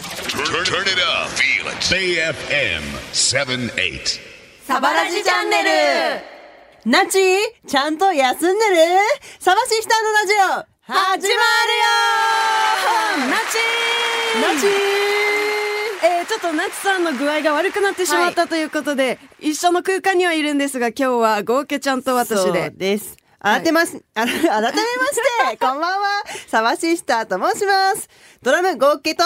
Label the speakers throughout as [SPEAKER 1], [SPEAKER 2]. [SPEAKER 1] Turn, turn it up. Feel it. AFM 78.
[SPEAKER 2] サバラジチャンネルナチちゃんと休んでるサバシスターのラジオ始まるよ
[SPEAKER 3] ナチー
[SPEAKER 2] ナチ
[SPEAKER 3] えーちょっとナチさんの具合が悪くなってしまったということで、一緒の空間にはいるんですが、今日は豪華ちゃんと私
[SPEAKER 2] そう
[SPEAKER 3] で。
[SPEAKER 2] です。改めます、あら改めま して、こんばんは、サバシスターと申します。ドラム合計と、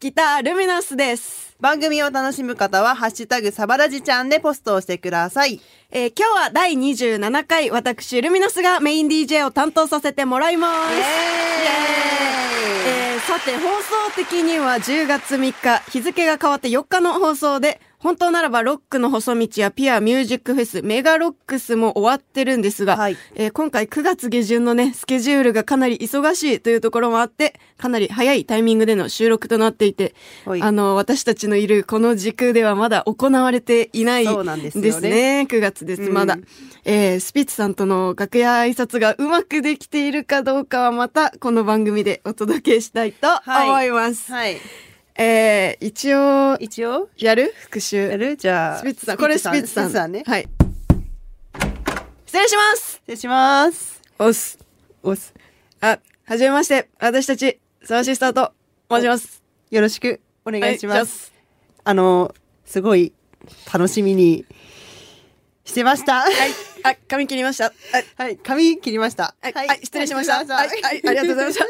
[SPEAKER 3] ギター、ルミナスです。
[SPEAKER 2] 番組を楽しむ方は、ハッシュタグサバラジちゃんでポストをしてください。
[SPEAKER 3] えー今日は第27回、私、ルミナスがメイン DJ を担当させてもらいます。
[SPEAKER 2] イエーイ
[SPEAKER 3] えーさて、放送的には10月3日、日付が変わって4日の放送で、本当ならばロックの細道やピアミュージックフェス、メガロックスも終わってるんですが、
[SPEAKER 2] はい
[SPEAKER 3] えー今回9月下旬のね、スケジュールがかなり忙しいというところもあって、かなり早いタイミングでの収録となっていて、
[SPEAKER 2] はい
[SPEAKER 3] あの、私たちのいるこの時空ではまだ行われていない
[SPEAKER 2] そうなんですよね
[SPEAKER 3] ですね。9月です、まだ。えースピッツさんとの楽屋挨拶がうまくできているかどうかはまた、この番組でお届けしたいと思います。
[SPEAKER 2] はい。
[SPEAKER 3] えー一応、
[SPEAKER 2] 一応、
[SPEAKER 3] やる復習。
[SPEAKER 2] やるじゃあ、
[SPEAKER 3] スピッツさん。これスピッツ
[SPEAKER 2] スピ
[SPEAKER 3] さん。
[SPEAKER 2] ッツさんね。
[SPEAKER 3] はい。失礼します
[SPEAKER 2] 失礼します。
[SPEAKER 3] おす。
[SPEAKER 2] おす。
[SPEAKER 3] あ、はじめまして。私たち、サワシスターと申します。
[SPEAKER 2] よろしくお
[SPEAKER 3] お
[SPEAKER 2] 願いします。。あの、すごい楽しみにしてました。はい。
[SPEAKER 3] はい。あ、髪切りました。はい。
[SPEAKER 2] はい、髪切りました。
[SPEAKER 3] はい、はい、失礼しました。はい、はい、ありがとうござい ました。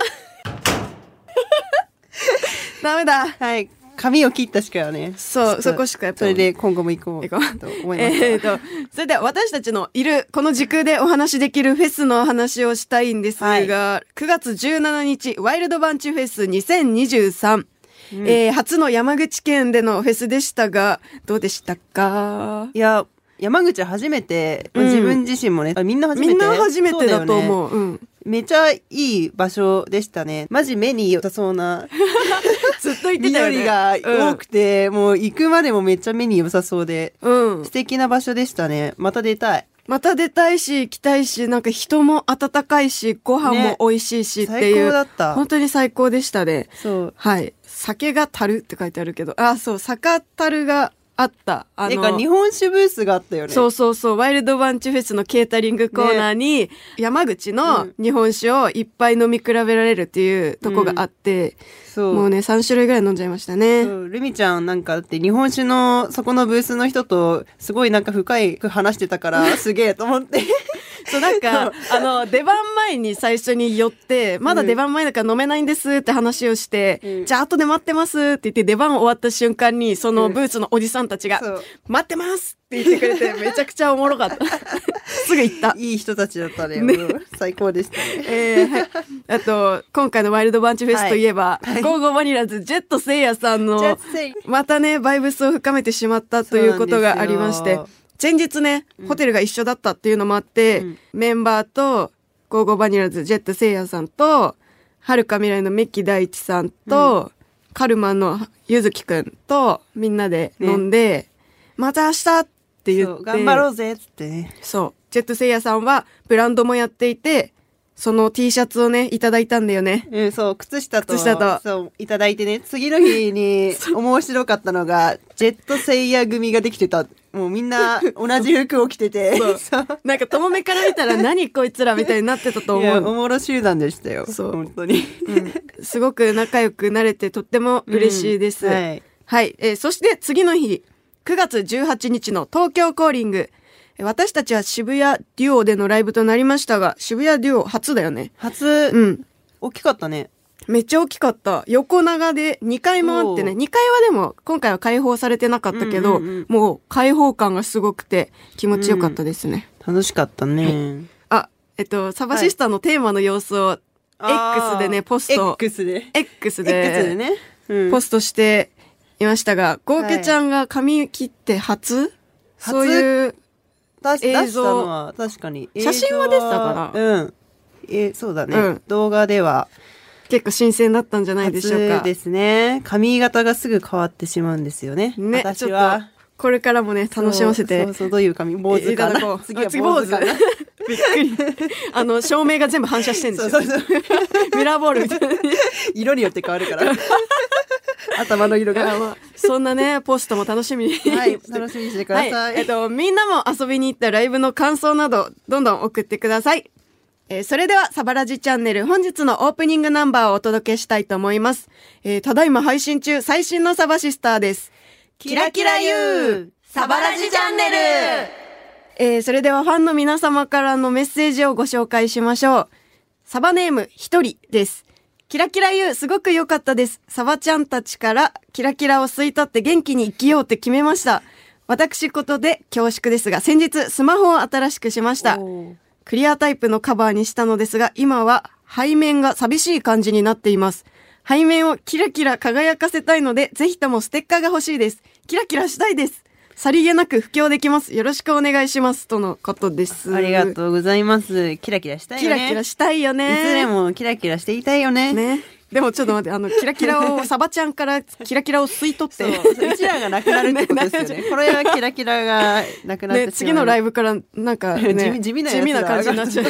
[SPEAKER 3] ダメだ。
[SPEAKER 2] た。はい、髪を切ったしかよね。
[SPEAKER 3] そ
[SPEAKER 2] ちょ
[SPEAKER 3] う
[SPEAKER 2] っと
[SPEAKER 3] そこしかやっぱ
[SPEAKER 2] それで今後も行こう
[SPEAKER 3] 行こう
[SPEAKER 2] と思います。
[SPEAKER 3] えーと、それでは私たちのいる、この時空でお話しできるフェスの話をしたいんですが、
[SPEAKER 2] はい
[SPEAKER 3] 9月17日、ワイルドバンチフェス2023。えー初の山口県でのフェスでしたが、どうでしたか
[SPEAKER 2] いや、山口初めて、まあ
[SPEAKER 3] うん
[SPEAKER 2] 自分自身もね、あみんな初め
[SPEAKER 3] み
[SPEAKER 2] て。
[SPEAKER 3] んな初めてだと
[SPEAKER 2] そうよね
[SPEAKER 3] 思う。うん。
[SPEAKER 2] めちゃいい場所でしたね。マジ目に良さそうな
[SPEAKER 3] ずっと 言ってたよね。
[SPEAKER 2] 緑が 多くて、もう行くまでもめっちゃ目に良さそうで、
[SPEAKER 3] うん。うん
[SPEAKER 2] 素敵な場所でしたね。また出たい。
[SPEAKER 3] また出たいし、来たいし、なんか人も温かいし、ご飯も美味しいしっていう。
[SPEAKER 2] 最高だった
[SPEAKER 3] 本当に最高でしたね。
[SPEAKER 2] そう。
[SPEAKER 3] はい。酒が樽って書いてあるけど、あ、そう、酒樽があった。あ
[SPEAKER 2] てか日本酒ブースがあったよね。
[SPEAKER 3] そうそうそう、ワイルドバンチフェスのケータリングコーナーに、山口の日本酒をいっぱい飲み比べられるっていうとこがあって、
[SPEAKER 2] そう。
[SPEAKER 3] もうね、3種類ぐらい飲んじゃいましたね。
[SPEAKER 2] そうルミちゃんなんかだって日本酒のそこのブースの人とすごいなんか深い話してた からすげえと思って
[SPEAKER 3] そう、なんか、あの、出番前に最初に寄って、まだ出番前だから飲めないんですって話をして、
[SPEAKER 2] うん
[SPEAKER 3] じゃあ後で待ってますって言って、出番終わった瞬間に、その
[SPEAKER 2] うん
[SPEAKER 3] ブーツのおじさんたちが、
[SPEAKER 2] そう
[SPEAKER 3] 待ってますって言ってく れて、めちゃくちゃおもろかった。 すぐ行った。
[SPEAKER 2] いい人たちだったね
[SPEAKER 3] ね
[SPEAKER 2] もう最高 でしたね
[SPEAKER 3] えーはい、あと、今回のワイルドバンチフェスといえば、ゴーゴーバニラズ、ジェットセイヤさんの
[SPEAKER 2] ジェットセイ、
[SPEAKER 3] またね、バイブスを深めてしまったということがありまし
[SPEAKER 2] そう
[SPEAKER 3] て
[SPEAKER 2] なんで、
[SPEAKER 3] 前日ね、ホテルが一緒だったっていうのもあって、
[SPEAKER 2] うん
[SPEAKER 3] メンバーと、ゴーゴーバニラズ、ジェットセイヤさんと、はるか未来のメッキー大地さんと、カルマンのゆずきくんと、みんなで飲んで、また明日って言
[SPEAKER 2] そう
[SPEAKER 3] って、
[SPEAKER 2] 頑張ろうぜっつってね
[SPEAKER 3] そう。ジェットセイヤさんはブランドもやっていて、その T シャツをね、いただいたんだよね。
[SPEAKER 2] うん、そう靴下と
[SPEAKER 3] 靴下と
[SPEAKER 2] そういただいてね次の日 に面白かったのがジェットセイヤ組ができてたもうみん な同じ服を着てて
[SPEAKER 3] そう
[SPEAKER 2] そう
[SPEAKER 3] なんか遠目から見たら 何こいつらみたいになってたと
[SPEAKER 2] いや
[SPEAKER 3] 思
[SPEAKER 2] お
[SPEAKER 3] う。
[SPEAKER 2] もろ集団でしたよ
[SPEAKER 3] そう
[SPEAKER 2] 本当に
[SPEAKER 3] うんすごく仲良くなれてとっても嬉しいです。
[SPEAKER 2] うん
[SPEAKER 3] は
[SPEAKER 2] はいい、
[SPEAKER 3] えーそして次の日、9月18日の東京コーリング。えー私たちは渋谷デュオでのライブとなりましたが、渋谷デュオ初だよね。
[SPEAKER 2] 初、
[SPEAKER 3] うん。
[SPEAKER 2] 大きかったね
[SPEAKER 3] めっちゃ大きかった。横長で2階もあってね、
[SPEAKER 2] おう
[SPEAKER 3] 2階はでも今回は開放されてなかったけど、
[SPEAKER 2] うんうんうん
[SPEAKER 3] もう開放感がすごくて気持ちよかったですね。
[SPEAKER 2] 楽しかったね、
[SPEAKER 3] あ、えっと、サバシスタのテーマの様子を X でね、ポスト、
[SPEAKER 2] X で
[SPEAKER 3] X で
[SPEAKER 2] X でね、
[SPEAKER 3] ポ
[SPEAKER 2] ス
[SPEAKER 3] ストしていましたが、ゴーケちゃんが髪切って初、
[SPEAKER 2] 初
[SPEAKER 3] そういう、
[SPEAKER 2] ト出
[SPEAKER 3] 映像
[SPEAKER 2] したのは確かに
[SPEAKER 3] 写真は出てたか
[SPEAKER 2] なうんえそうだね、
[SPEAKER 3] うん
[SPEAKER 2] 動画では
[SPEAKER 3] 結構新鮮だったんじゃないでしょうか
[SPEAKER 2] 初。ですね髪型がすぐ変わってしまうんですよね
[SPEAKER 3] ね、ち
[SPEAKER 2] 私
[SPEAKER 3] ょっと
[SPEAKER 2] は、
[SPEAKER 3] これからもね、楽しませ
[SPEAKER 2] そ
[SPEAKER 3] て
[SPEAKER 2] うそうそうどういう髪坊主か
[SPEAKER 3] いただこ
[SPEAKER 2] な
[SPEAKER 3] う
[SPEAKER 2] 次は坊主かな
[SPEAKER 3] あびっくり。 あの、照明が全部反射してるんです
[SPEAKER 2] そ
[SPEAKER 3] よ。
[SPEAKER 2] うそうそう
[SPEAKER 3] ミラーボールみたいな。
[SPEAKER 2] 色によって変わるから頭の色が。は
[SPEAKER 3] そんなね、ポストも楽しみに。
[SPEAKER 2] い、楽しみにしてくださ。
[SPEAKER 3] はいい。えっと、みんなも遊びに行ったライブの感想など、どんどん送ってください。えーそれでは、サバラジチャンネル、本日のオープニングナンバーをお届けしたいと思います。えーただいま配信中、最新のサバシスターです。キラキラ YOU サバラジチャンネルえーそれではファンの皆様からのメッセージをご紹介しましょう。サバネーム一人です。キラキラ YOU すごく良かったです。サバちゃんたちからキラキラを吸い取って元気に生きようって決めました。私ことで恐縮ですが、先日スマホを新しくしました。クリアタイプのカバーにしたのですが、今は背面が寂しい感じになっています。背面をキラキラ輝かせたいので、ぜひともステッカーが欲しいです。キラキラしたいです。さりげなく布教できます。よろしくお願いします。とのことです。
[SPEAKER 2] ありがとうございます。キラキラしたい
[SPEAKER 3] キ
[SPEAKER 2] よね。
[SPEAKER 3] ラキラしたいよね。
[SPEAKER 2] いつでもキラキラしていたいよね。
[SPEAKER 3] ね。でもちょっと待って、あの、キラキラ を、サバちゃんからキラキラを吸い取っ
[SPEAKER 2] そう
[SPEAKER 3] て。
[SPEAKER 2] うちらがなくなるってことですよ ね。これはキラキラがなくなってしまう
[SPEAKER 3] ね、次のライブから、なんか、ね
[SPEAKER 2] 地味 地味なやつだ
[SPEAKER 3] 地味な感じになっちゃう。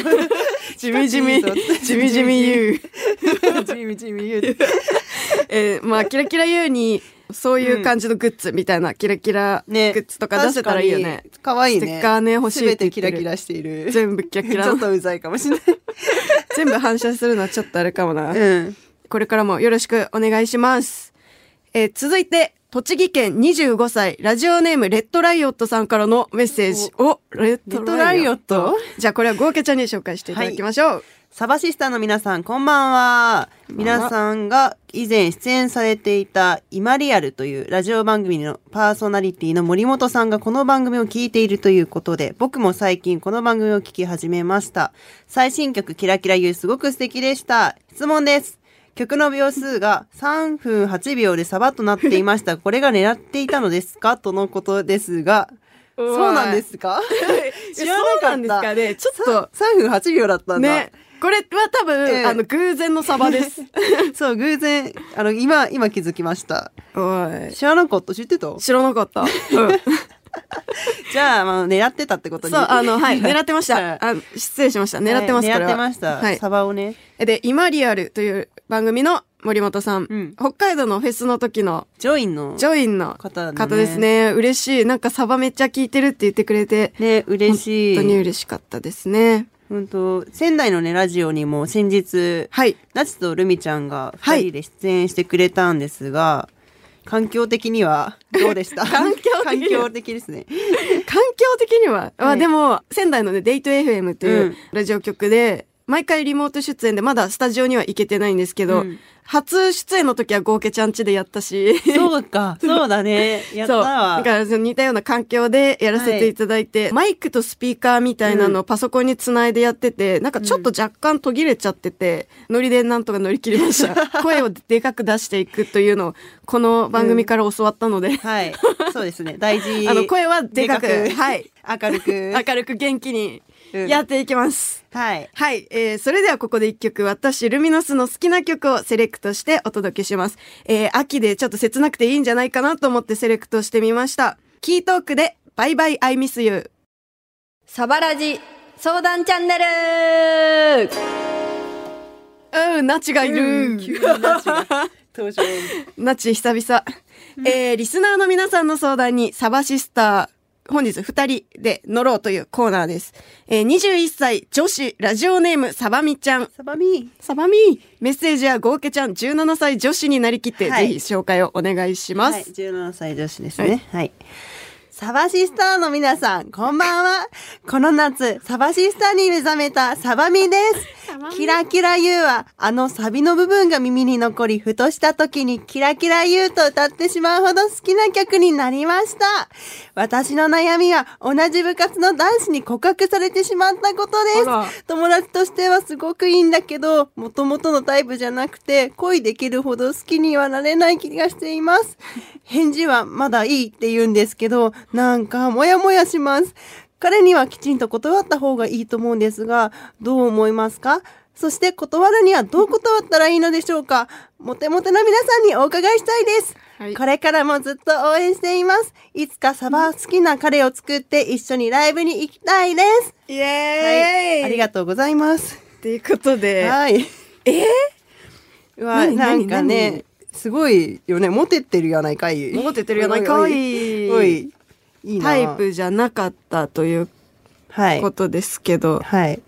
[SPEAKER 3] 地味地
[SPEAKER 2] 地味、
[SPEAKER 3] 味地味地味言う。
[SPEAKER 2] 地味地味言うて
[SPEAKER 3] えーまあ、キラキラ U に、そういう感じのグッズみたいな、キラキラグ
[SPEAKER 2] ね
[SPEAKER 3] ッズとか出せたらいいよね。
[SPEAKER 2] 確かに可愛いね。
[SPEAKER 3] ステッカーね欲しい
[SPEAKER 2] 全
[SPEAKER 3] って言
[SPEAKER 2] て
[SPEAKER 3] って
[SPEAKER 2] キ
[SPEAKER 3] る
[SPEAKER 2] ラキラしている。
[SPEAKER 3] 全部キラキ ラ
[SPEAKER 2] ちょっとうざいかもしれない。
[SPEAKER 3] 全部反射するのはちょっとあれかも な。
[SPEAKER 2] うん。
[SPEAKER 3] これからもよろしくお願いします。えー続いて、栃木県25歳、ラジオネームレッドライオットさんからのメッセージ。お、レッドライオット。
[SPEAKER 2] ト
[SPEAKER 3] じゃあこれはゴーケちゃんに紹介していただきましょう。
[SPEAKER 2] サバシスターの皆さん、こんばんは。皆さんが以前出演されていたイマリアルというラジオ番組のパーソナリティの森本さんがこの番組を聞いているということで、僕も最近この番組を聞き始めました。最新曲キラキラ U すごく素敵でした。質問です。曲の秒数が3分8秒でサバとなっていま した。これが狙っていたのですかとのことですが、
[SPEAKER 3] うわ
[SPEAKER 2] そうなんですか 知らなかった。
[SPEAKER 3] そうなんですかねちょっと
[SPEAKER 2] さ3分8秒だったんだ。
[SPEAKER 3] ね。これは多分、
[SPEAKER 2] ええ
[SPEAKER 3] あの、偶然のサバです。
[SPEAKER 2] そう、偶然、あの、今、今気づきました。
[SPEAKER 3] おい。
[SPEAKER 2] 知らなかった、知ってた
[SPEAKER 3] 知らなかった。
[SPEAKER 2] じゃあ、まあ、狙ってたってことに。
[SPEAKER 3] そう、あの、 はい、狙ってま し
[SPEAKER 2] はい
[SPEAKER 3] た。あ失礼しました。狙ってます、
[SPEAKER 2] はい
[SPEAKER 3] これ
[SPEAKER 2] 狙
[SPEAKER 3] は
[SPEAKER 2] ってました。
[SPEAKER 3] はい。
[SPEAKER 2] サバをね。
[SPEAKER 3] で、今リアルという番組の森本さん。
[SPEAKER 2] うん
[SPEAKER 3] 北海道のフェスの時の
[SPEAKER 2] ジョインの
[SPEAKER 3] ジョインの
[SPEAKER 2] 方だね
[SPEAKER 3] 方ですね。嬉しい。なんかサバめっちゃ聞いてるって言ってくれて、
[SPEAKER 2] ね、嬉しい。
[SPEAKER 3] 本当に嬉しかったですね。
[SPEAKER 2] 本当仙台のね、ラジオにも先日、
[SPEAKER 3] はい。
[SPEAKER 2] ナチとルミちゃんが
[SPEAKER 3] は
[SPEAKER 2] 2
[SPEAKER 3] い
[SPEAKER 2] 人で出演してくれたんですが、環境的にはどうでした
[SPEAKER 3] 環境的には
[SPEAKER 2] 環境的ですね。
[SPEAKER 3] 環境的には、ま
[SPEAKER 2] は
[SPEAKER 3] あ
[SPEAKER 2] い
[SPEAKER 3] でも、仙台のね、デイト FM といううんラジオ局で、毎回リモート出演で、まだスタジオには行けてないんですけど、
[SPEAKER 2] うん
[SPEAKER 3] 初出演の時はゴーケちゃんちでやったし、
[SPEAKER 2] そうか、 そうだね。やった
[SPEAKER 3] そう。
[SPEAKER 2] わ。
[SPEAKER 3] だからその似たような環境でやらせていただいて、マイクとスピーカーみたいなのをパソコンにつないでやってて、なんかちょっと若干途切れちゃってて、ノリでなんとか乗り切りました。 声をでかく出していくというのを、この番組から教わったので、
[SPEAKER 2] はい。そうですね。大事。
[SPEAKER 3] あの声はでかくはい。
[SPEAKER 2] 明るく。
[SPEAKER 3] 明るく元気に
[SPEAKER 2] うん
[SPEAKER 3] やっていきます。
[SPEAKER 2] はい。
[SPEAKER 3] はい、えー、それではここで一曲、私、ルミノスの好きな曲をセレクトしてお届けします。えー、秋でちょっと切なくていいんじゃないかなと思ってセレクトしてみました。キートークで、バイバイ、アイミスユー。
[SPEAKER 4] サバラジ相談チャンネル
[SPEAKER 3] うん、ナチがい る。
[SPEAKER 2] 登場。
[SPEAKER 3] ナチ、久々。えー、リスナーの皆さんの相談に、サバシスター、本日二人で乗ろうというコーナーです。えー、21歳女子ラジオネームサバミちゃん。
[SPEAKER 2] サバミ
[SPEAKER 3] サバミーメッセージはゴーケちゃん17歳女子になりきって、
[SPEAKER 2] はい
[SPEAKER 3] ぜひ紹介をお願いします。
[SPEAKER 2] はい、17歳女子ですね。はい。サバシスターの皆さん、こんばんは。この夏、サバシスターに目覚めたサバミです。キラキラ U は、あのサビの部分が耳に残り、ふとした時にキラキラ U と歌ってしまうほど好きな曲になりました。私の悩みは、同じ部活の男子に告白されてしまったこと
[SPEAKER 3] あら
[SPEAKER 2] です。 友達としてはすごくいいんだけど、もともとのタイプじゃなくて、恋できるほど好きにはなれない気がしてい ます。返事はまだいいって言うんですけど、なんかモヤモヤします。彼にはきちんと断った方がいいと思うんですが、どう思いますかそして断るにはどう断ったらいいのでしょうかモテモテな皆さんにお伺いしたいです。
[SPEAKER 3] はい
[SPEAKER 2] これからもずっと応援しています。いつかサバ好きな彼を作って一緒にライブに行きたいです。
[SPEAKER 3] イ
[SPEAKER 2] は
[SPEAKER 3] エーイ、
[SPEAKER 2] い。ありがとうございます。
[SPEAKER 3] ということで、
[SPEAKER 2] はい。え
[SPEAKER 3] 何
[SPEAKER 2] なんか
[SPEAKER 3] 何
[SPEAKER 2] ね、すごいよね。モテってるやないかい。
[SPEAKER 3] モテてるやないかい
[SPEAKER 2] おい。いいな。
[SPEAKER 3] タイプ。じゃなかったという
[SPEAKER 2] はい
[SPEAKER 3] こ。とですけど、
[SPEAKER 2] はい。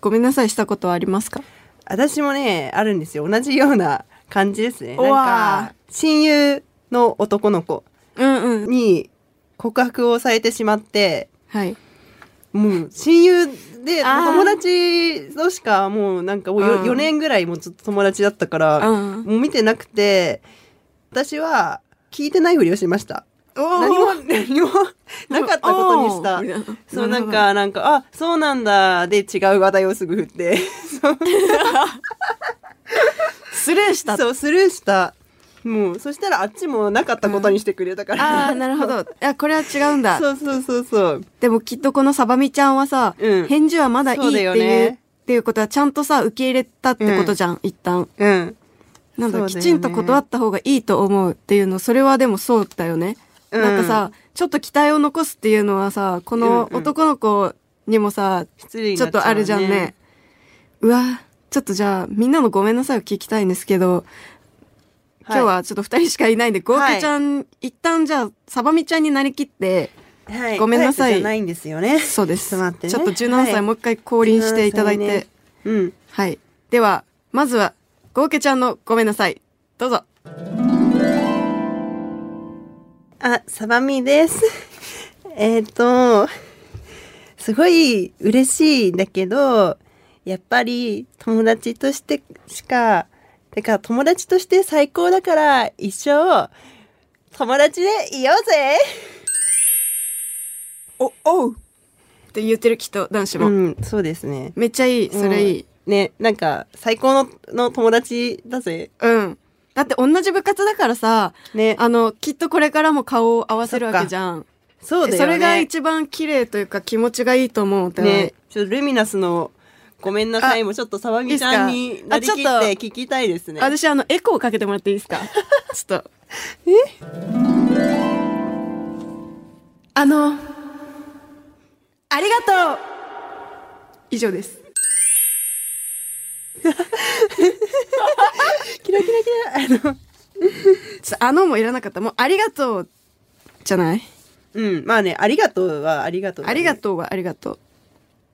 [SPEAKER 3] ごめんなさいしたことはありますか
[SPEAKER 2] 私もね、あるんですよ。同じような感じですね。
[SPEAKER 3] う
[SPEAKER 2] なん
[SPEAKER 3] わ
[SPEAKER 2] か、親友の男の子
[SPEAKER 3] うんうん。
[SPEAKER 2] に告白をされてしまって、
[SPEAKER 3] はい。
[SPEAKER 2] もう親友で
[SPEAKER 3] あー
[SPEAKER 2] 友達としかもうなんかもう 4,、
[SPEAKER 3] うん
[SPEAKER 2] 四年ぐらいもうずっと友達だったから、
[SPEAKER 3] うん
[SPEAKER 2] もう見てなくて私は聞いてないふりをしました何も 何もなかったことにした
[SPEAKER 3] おー
[SPEAKER 2] そうなんかなんかあそうなんだで違う話題をすぐ振って
[SPEAKER 3] スルーした。
[SPEAKER 2] そうスルーしたもうそしたらあっちもなかったことにしてくれたから、
[SPEAKER 3] ああ、なるほど。いや、これは違うんだ。
[SPEAKER 2] そうそうそうそう
[SPEAKER 3] でもきっとこのサバミちゃんはさ、
[SPEAKER 2] うん
[SPEAKER 3] 返事はまだいい
[SPEAKER 2] そう
[SPEAKER 3] って
[SPEAKER 2] だ
[SPEAKER 3] いう
[SPEAKER 2] よね
[SPEAKER 3] っていうことはちゃんとさ、受け入れたってことじゃん、一旦。
[SPEAKER 2] うん
[SPEAKER 3] なんだ
[SPEAKER 2] そうだよね
[SPEAKER 3] きちんと断った方がいいと思うっていうの、それはでもそうだよね。
[SPEAKER 2] うん
[SPEAKER 3] なんかさ、ちょっと期待を残すっていうのはさ、この
[SPEAKER 2] うんうん
[SPEAKER 3] 男の子にもさ、
[SPEAKER 2] 失礼に
[SPEAKER 3] ちょ
[SPEAKER 2] な
[SPEAKER 3] っ
[SPEAKER 2] ちゃう
[SPEAKER 3] とあるじゃんね。うわ、ちょっとじゃあ、みんなのごめんなさいを聞きたいんですけど、今日はちょっと二人しかいないんで、ゴーケちゃん、一旦じゃあ、サバミちゃんになりきって、
[SPEAKER 2] はい
[SPEAKER 3] ごめんなさ
[SPEAKER 2] タ
[SPEAKER 3] い
[SPEAKER 2] イプじゃないんですよね
[SPEAKER 3] そうです。
[SPEAKER 2] ちょっと待ってね
[SPEAKER 3] ちょっと17歳、
[SPEAKER 2] はい
[SPEAKER 3] もう一回降臨していただいて。
[SPEAKER 2] 17歳ねうん
[SPEAKER 3] はい。では、まずは、ゴーケちゃんのごめんなさい。どうぞ。
[SPEAKER 2] あ、サバミです。 えっと、すごい嬉しいんだけど、やっぱり友達としてしか、てか友達として最高だから一生友達でいようぜ
[SPEAKER 3] お、おうって言ってるきっと男子も。
[SPEAKER 2] うん、そうですね。
[SPEAKER 3] めっちゃいい。それいい。
[SPEAKER 2] うん。ね、なんか最高のの友達だぜ。
[SPEAKER 3] うん。だって同じ部活だからさ、
[SPEAKER 2] ね、
[SPEAKER 3] あの、きっとこれからも顔を合わせるわけじゃん。
[SPEAKER 2] そうだよね。
[SPEAKER 3] れが一番綺麗というか気持ちがいいと思う。お互い
[SPEAKER 2] ね、ちょっとルミナスのごめんなさいもちょっとサバミちゃん
[SPEAKER 3] いいっ
[SPEAKER 2] に
[SPEAKER 3] すか
[SPEAKER 2] なりきって
[SPEAKER 3] あちょっ
[SPEAKER 2] 聞きたいですね。
[SPEAKER 3] 私、あの、エコーかけてもらっていいですか ちょっと。えあの、ありがとう以上 です。
[SPEAKER 2] キラキラキラ。あの
[SPEAKER 3] ちょっとあのもいらなかった。もう、ありがとうじゃない
[SPEAKER 2] うん、まあね、ありがとうはありがとう、
[SPEAKER 3] ありが
[SPEAKER 2] う。
[SPEAKER 3] とうはありがと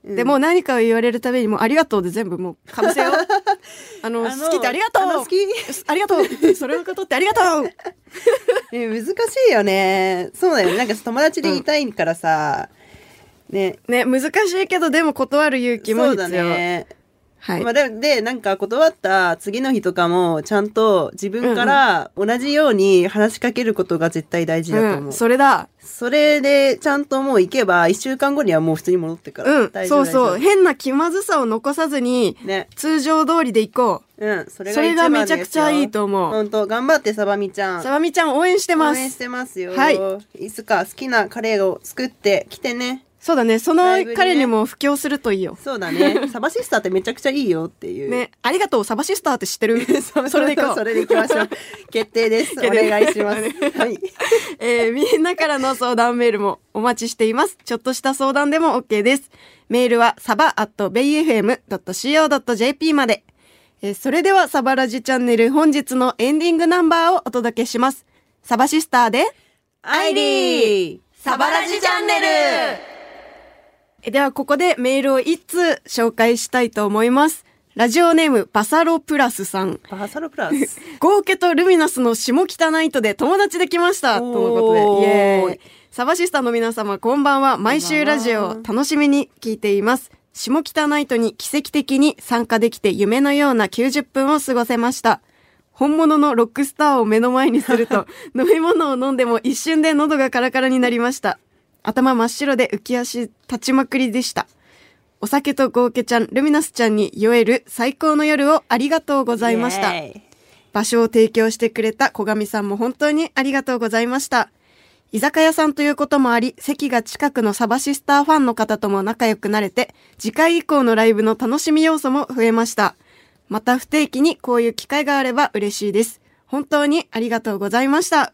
[SPEAKER 3] う。でもう何かを言われるたびにもうありがとうで全部もうか ぶせよう。あの、
[SPEAKER 2] あの
[SPEAKER 3] 好きってありがとう
[SPEAKER 2] あの好き
[SPEAKER 3] ありがとうそれのことってありがとう
[SPEAKER 2] ね、難しいよね。そうだよね。なんか友達でいたいからさ、ね、
[SPEAKER 3] ね、難しいけどでも断る勇気も
[SPEAKER 2] そう
[SPEAKER 3] 必
[SPEAKER 2] だ
[SPEAKER 3] 要。
[SPEAKER 2] ね。
[SPEAKER 3] はい
[SPEAKER 2] まあ、。でで、なんか断った次の日とかも、ちゃんと自分から同じように話しかけることが絶対大事だと思う。
[SPEAKER 3] うん、
[SPEAKER 2] そ
[SPEAKER 3] それだ。
[SPEAKER 2] れで、ちゃんともう行けば、一週間後にはもう普通に戻ってから。
[SPEAKER 3] うん
[SPEAKER 2] 大、丈
[SPEAKER 3] そ
[SPEAKER 2] 夫
[SPEAKER 3] うそう。
[SPEAKER 2] 大丈
[SPEAKER 3] 変な気まずさを残さずに、
[SPEAKER 2] 夫ね。
[SPEAKER 3] 通常通りで行こ
[SPEAKER 2] うん、それ
[SPEAKER 3] う。
[SPEAKER 2] が
[SPEAKER 3] それ
[SPEAKER 2] 一番
[SPEAKER 3] がめ
[SPEAKER 2] ですよ
[SPEAKER 3] ちゃくちゃいいと思う。
[SPEAKER 2] 本当頑張って、サバミちゃん。
[SPEAKER 3] さばみちゃん応援してま
[SPEAKER 2] 応援し
[SPEAKER 3] す。
[SPEAKER 2] てますよ。
[SPEAKER 3] はい
[SPEAKER 2] いつか好きなカレーを作ってきてね。
[SPEAKER 3] そうだね。そ
[SPEAKER 2] ラ
[SPEAKER 3] の
[SPEAKER 2] イブにね
[SPEAKER 3] 彼にも布教するといいよ。
[SPEAKER 2] そうだ ね。サバシスターってめちゃくちゃいいよっていう。
[SPEAKER 3] ね、ありがとう、サバシスターって知ってる
[SPEAKER 2] そう。
[SPEAKER 3] それで行こう。
[SPEAKER 2] それで行きま しょう。決定です。お
[SPEAKER 3] 決定
[SPEAKER 2] 願いします。はい。
[SPEAKER 3] えーみんなからの相談メールもお待ちしています。ちょっとした相談でも OK です。メールはサバ at bayfm.co.jp まで。えーそれではサバラジチャンネル本日のエンディングナンバーをお届けします。サバシスターで。
[SPEAKER 2] アイリー
[SPEAKER 4] サバラジチャンネル
[SPEAKER 3] えではここでメールを一通紹介したいと思います。ラジオネームパサロプラスさん。
[SPEAKER 2] バーサロプラス。
[SPEAKER 3] ゴーケとルミナスの下北ナイトで友達できましたとのこと
[SPEAKER 2] おー
[SPEAKER 3] で、イエーイ。サバシスタの皆様こんばんは。毎週ラジオを楽しみに聞いています。下北ナイトに奇跡的に参加できて夢のような90分を過ごせました。本物のロックスターを目の前にする と飲み物を飲んでも一瞬で喉がカラカラになりました。頭真っ白で浮き足立ちまくりでした。お酒とゴーケちゃん、ルミナスちゃんに酔える最高の夜をありがとうございました
[SPEAKER 2] イ。エーイ
[SPEAKER 3] 場所を提供してくれた小上さんも本当にありがとうございました。居酒屋さんということもあり、席が近くのサバシスターファンの方とも仲良くなれて、次回以降のライブの楽しみ要素も増えました。また不定期にこういう機会があれば嬉しいです。本当にありがとうございました。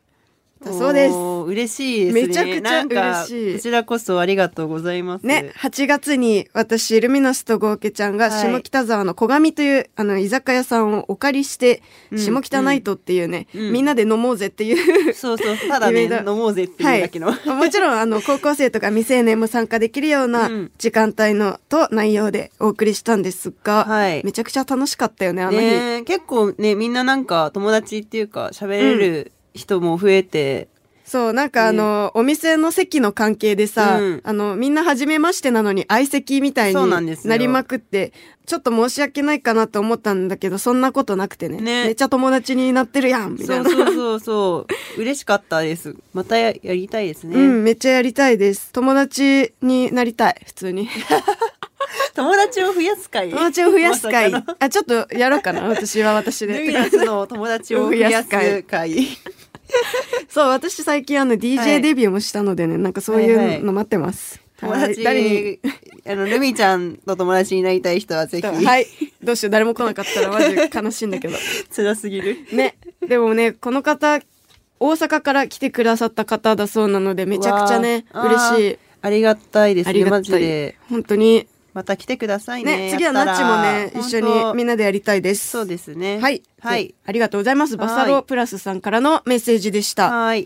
[SPEAKER 3] だそうです
[SPEAKER 2] おー嬉しいですね。
[SPEAKER 3] めちゃくちゃ
[SPEAKER 2] なんか
[SPEAKER 3] 嬉しい
[SPEAKER 2] こちらこそありがとうございます。
[SPEAKER 3] ね、8月に私、ルミナスとゴーケちゃんが
[SPEAKER 2] はい
[SPEAKER 3] 下北沢の小上という、あの、居酒屋さんをお借りして、
[SPEAKER 2] うん
[SPEAKER 3] 下北ナイトっていうね、
[SPEAKER 2] うん
[SPEAKER 3] みんなで飲もうぜっていう。
[SPEAKER 2] そうそう、ただ
[SPEAKER 3] イ
[SPEAKER 2] ね、
[SPEAKER 3] ベン
[SPEAKER 2] 飲
[SPEAKER 3] ト
[SPEAKER 2] もうぜっていうだけの。
[SPEAKER 3] はい、もちろん、あの、高校生とか未成年も参加できるような
[SPEAKER 2] うん
[SPEAKER 3] 時間帯のと内容でお送りしたんですが、
[SPEAKER 2] はい
[SPEAKER 3] めちゃくちゃ楽しかったよね、あの日。
[SPEAKER 2] ねえ結構ね、みんななんか友達っていうか喋れる人も増えて、
[SPEAKER 3] そう、なんかあの、お店の席の関係でさ、
[SPEAKER 2] うん
[SPEAKER 3] あの、みんな初めましてなのに相席みたい
[SPEAKER 2] そうなんで
[SPEAKER 3] に
[SPEAKER 2] すよ
[SPEAKER 3] なりまくって、ちょっと申し訳ないかなと思ったんだけど、そんなことなくてね。
[SPEAKER 2] ね
[SPEAKER 3] めっちゃ友達になってるやん、みた
[SPEAKER 2] そ
[SPEAKER 3] いうな。
[SPEAKER 2] そうそうそう、嬉しかったです。 またややりたいですね。
[SPEAKER 3] うん、めっちゃやりたいです。友達になりたい、普通に。
[SPEAKER 2] 友達を増やす会。
[SPEAKER 3] 友達を増やす会。
[SPEAKER 2] まさかの
[SPEAKER 3] あ、ちょっとやろうかな、私は 私
[SPEAKER 2] ル
[SPEAKER 3] で
[SPEAKER 2] ミ。ナスの友達を増やす 会。
[SPEAKER 3] そう、私最近あの、
[SPEAKER 2] はい
[SPEAKER 3] DJ デビューもしたのでね、なんかそう
[SPEAKER 2] はいはいいう
[SPEAKER 3] の待ってます。
[SPEAKER 2] 友
[SPEAKER 3] はい
[SPEAKER 2] 達、
[SPEAKER 3] 誰に
[SPEAKER 2] あの、ルミちゃんと友達になりたい人はぜひ、
[SPEAKER 3] はい。どうしよう、誰も来なかったらマジ悲しいんだけど。
[SPEAKER 2] 辛すぎる。
[SPEAKER 3] ね。でもね、この方、大阪から来てくださった方だそうなので、めちゃくちゃね、
[SPEAKER 2] わあ
[SPEAKER 3] 嬉しい。。
[SPEAKER 2] あーありがたいです
[SPEAKER 3] あり
[SPEAKER 2] ね、
[SPEAKER 3] が
[SPEAKER 2] マジ
[SPEAKER 3] た
[SPEAKER 2] で
[SPEAKER 3] い。。本当に。
[SPEAKER 2] また来てくださいね。
[SPEAKER 3] ね、次は
[SPEAKER 2] やった
[SPEAKER 3] ナ
[SPEAKER 2] ら
[SPEAKER 3] ッチもね、一緒
[SPEAKER 2] 本
[SPEAKER 3] に
[SPEAKER 2] 当
[SPEAKER 3] みんなでやりたいです。
[SPEAKER 2] そうですね。
[SPEAKER 3] はい。
[SPEAKER 2] はい。。
[SPEAKER 3] ありがとうございます。バサロプラスさんからのメッセージでした。
[SPEAKER 2] はい。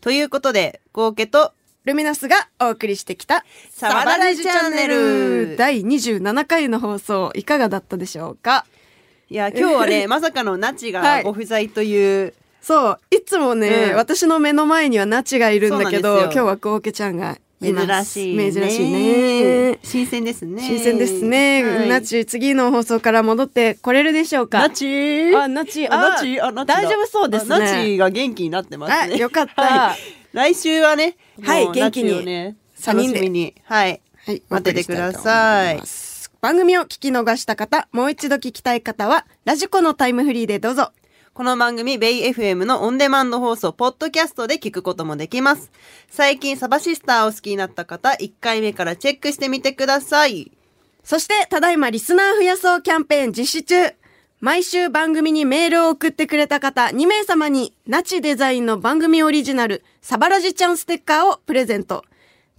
[SPEAKER 2] ということで、合計と、
[SPEAKER 3] ルミナスがお送りしてきた、
[SPEAKER 2] サバラジチャンネル
[SPEAKER 3] 第27回の放送、いかがだったでしょうか
[SPEAKER 2] いや、今日は ね、まさかのナチ
[SPEAKER 3] は
[SPEAKER 2] が
[SPEAKER 3] い
[SPEAKER 2] ご不在という、
[SPEAKER 3] そう、いつもね、
[SPEAKER 2] うん
[SPEAKER 3] 私の目の前にはナチがいるんだけ
[SPEAKER 2] そう
[SPEAKER 3] ど、
[SPEAKER 2] なん
[SPEAKER 3] 今
[SPEAKER 2] です
[SPEAKER 3] 日
[SPEAKER 2] よ
[SPEAKER 3] はコウケちゃんがいま
[SPEAKER 2] 珍
[SPEAKER 3] す。
[SPEAKER 2] しいね。
[SPEAKER 3] 珍しいね。
[SPEAKER 2] 新鮮ですね。
[SPEAKER 3] 新鮮ですね。
[SPEAKER 2] はい
[SPEAKER 3] ナ。チ、次の放送から戻ってこれるでしょうか
[SPEAKER 2] ナチ
[SPEAKER 3] あ、ナチ、
[SPEAKER 2] あナチあナチだ
[SPEAKER 3] 大丈夫そうですね。
[SPEAKER 2] あナチが元気になってますね。
[SPEAKER 3] あよかった
[SPEAKER 2] はい来週はね、
[SPEAKER 3] はい
[SPEAKER 2] もう
[SPEAKER 3] 元気に
[SPEAKER 2] ナチをね、
[SPEAKER 3] 三
[SPEAKER 2] 楽
[SPEAKER 3] 人
[SPEAKER 2] し
[SPEAKER 3] で
[SPEAKER 2] みに。はい。
[SPEAKER 3] はい、
[SPEAKER 2] 待っててください
[SPEAKER 3] お送りしたと思ます。番組を聞き逃した方、もう一度聞きたい方は、ラジコのタイムフリーでどうぞ。
[SPEAKER 2] この番組、ベイ FM のオンデマンド放送、ポッドキャストで聞くこともできます。最近、サバシスターを好きになった方、1回目からチェックしてみてください。
[SPEAKER 3] そして、ただいまリスナー増やそうキャンペーン実施中。毎週番組にメールを送ってくれた方2名様に、ナチデザインの番組オリジナル、サバラジちゃんステッカーをプレゼント。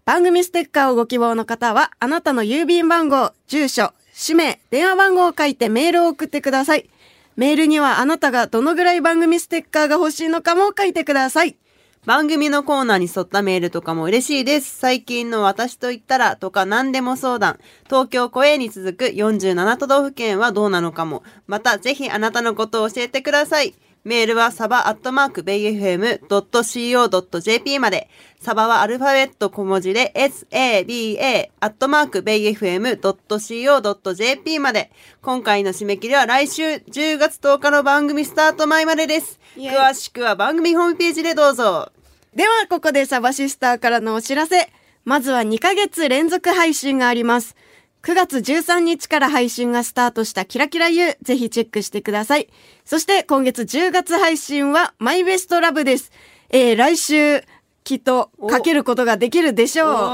[SPEAKER 3] 番組ステッカーをご希望の方は、あなたの郵便番号、住所、氏名、電話番号を書いてメールを送ってください。メールにはあなたがどのぐらい番組ステッカーが欲しいのかも書いてください。
[SPEAKER 2] 番組のコーナーに沿ったメールとかも嬉しいです。最近の私と言ったらとか何でも相談。東京小営に続く47都道府県はどうなのかも。またぜひあなたのことを教えてください。メールはサバアットマークベイ FM.co.jp まで。サバはアルファベット小文字で saba アットマークベイ FM.co.jp まで。今回の締め切りは来週10月10日の番組スタート前までです。
[SPEAKER 3] イエイ
[SPEAKER 2] 詳しくは番組ホームページでどうぞ。
[SPEAKER 3] ではここでサバシスターからのお知らせまずは2ヶ月連続配信があります9月13日から配信がスタートしたキラキラ U ぜひチェックしてくださいそして今月10月配信はマイベストラブですえー、来週きっとかけることができるでしょうイエーイ
[SPEAKER 2] やっ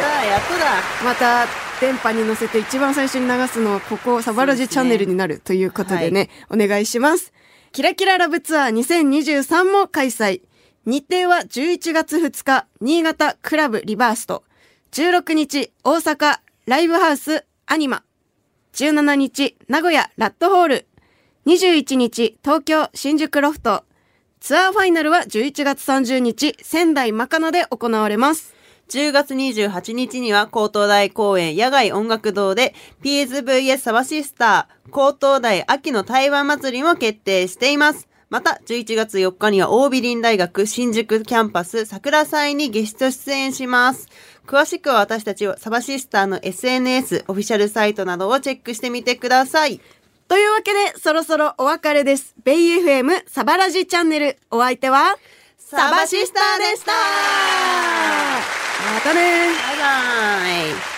[SPEAKER 2] たやっ
[SPEAKER 3] また電波に乗せて一番最初に流すのはここサバラジチャンネルになるということでねお願いしますキラキララブツアー2023も開催日程は11月2日新潟クラブリバースト16日大阪ライブハウスアニマ17日名古屋ラットホール21日東京新宿ロフトツアーファイナルは11月30日仙台マカナで行われます
[SPEAKER 2] た10月28日には高東大公園野外音楽堂で PSVS サバシスター高東大秋の台湾祭りも決定しています。また11月4日には大美林大学新宿キャンパス桜祭にゲスト出演します。詳しくは私たちをサバシスターの SNS オフィシャルサイトなどをチェックしてみてください。
[SPEAKER 3] というわけで、そろそろお別れです。ベイ FM サバラジチャンネル。お相手は、
[SPEAKER 2] サバシスターでした
[SPEAKER 3] またね
[SPEAKER 2] バイバイ